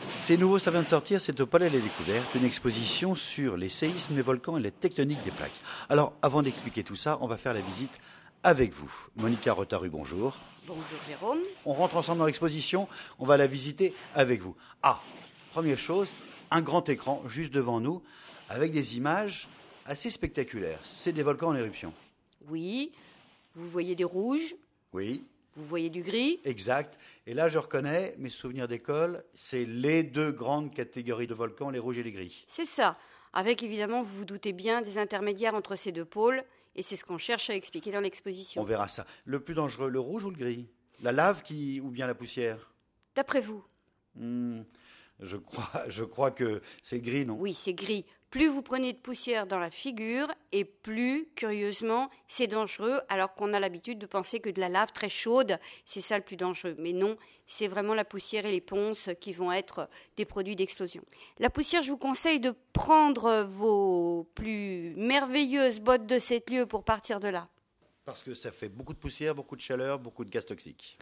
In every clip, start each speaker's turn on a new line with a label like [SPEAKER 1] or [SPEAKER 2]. [SPEAKER 1] C'est nouveau, ça vient de sortir, c'est au Palais des Découvertes, une exposition sur les séismes, les volcans et les tectoniques des plaques. Alors, avant d'expliquer tout ça, on va faire la visite avec vous. Monica Rotaru, bonjour.
[SPEAKER 2] Bonjour Jérôme.
[SPEAKER 1] On rentre ensemble dans l'exposition, on va la visiter avec vous. Ah, première chose, un grand écran juste devant nous, avec des images assez spectaculaires. C'est des volcans en éruption.
[SPEAKER 2] Oui, vous voyez des rouges,
[SPEAKER 1] Oui,
[SPEAKER 2] vous voyez du gris.
[SPEAKER 1] exact. Et là, je reconnais mes souvenirs d'école, c'est les deux grandes catégories de volcans, les rouges et les gris.
[SPEAKER 2] C'est ça. Avec évidemment, vous vous doutez bien, des intermédiaires entre ces deux pôles. Et c'est ce qu'on cherche à expliquer dans
[SPEAKER 1] On
[SPEAKER 2] l'exposition.
[SPEAKER 1] verra ça. Le plus dangereux, le rouge ou le gris La lave qui ou bien la poussière
[SPEAKER 2] D'après vous
[SPEAKER 1] Hmm, je, crois, je crois que c'est le gris, non
[SPEAKER 2] Oui, c'est gris. Plus vous prenez de poussière dans la figure, et plus, curieusement, c'est dangereux, alors qu'on a l'habitude de penser que de la lave très chaude, c'est ça le plus dangereux. Mais non, c'est vraiment la poussière et les ponces qui vont être des produits d'explosion. La poussière, je vous conseille de prendre vos plus merveilleuses bottes de cette lieu pour partir de là.
[SPEAKER 1] Parce que ça fait beaucoup de poussière, beaucoup de chaleur, beaucoup de gaz toxiques.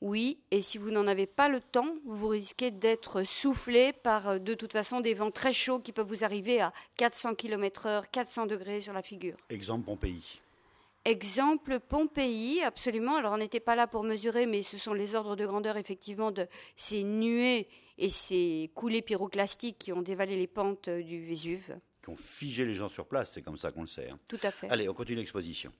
[SPEAKER 2] Oui, et si vous n'en avez pas le temps, vous risquez d'être soufflé par euh, de toute façon des vents très chauds qui peuvent vous arriver à 400 km/h, 400 degrés sur la figure.
[SPEAKER 1] Exemple Pompéi.
[SPEAKER 2] Exemple Pompéi, absolument. Alors on n'était pas là pour mesurer, mais ce sont les ordres de grandeur effectivement de ces nuées et ces coulées pyroclastiques qui ont dévalé les pentes euh, du Vésuve.
[SPEAKER 1] Qui ont figé les gens sur place, c'est comme ça qu'on le sait. hein.
[SPEAKER 2] Tout à fait.
[SPEAKER 1] Allez, on continue l'exposition.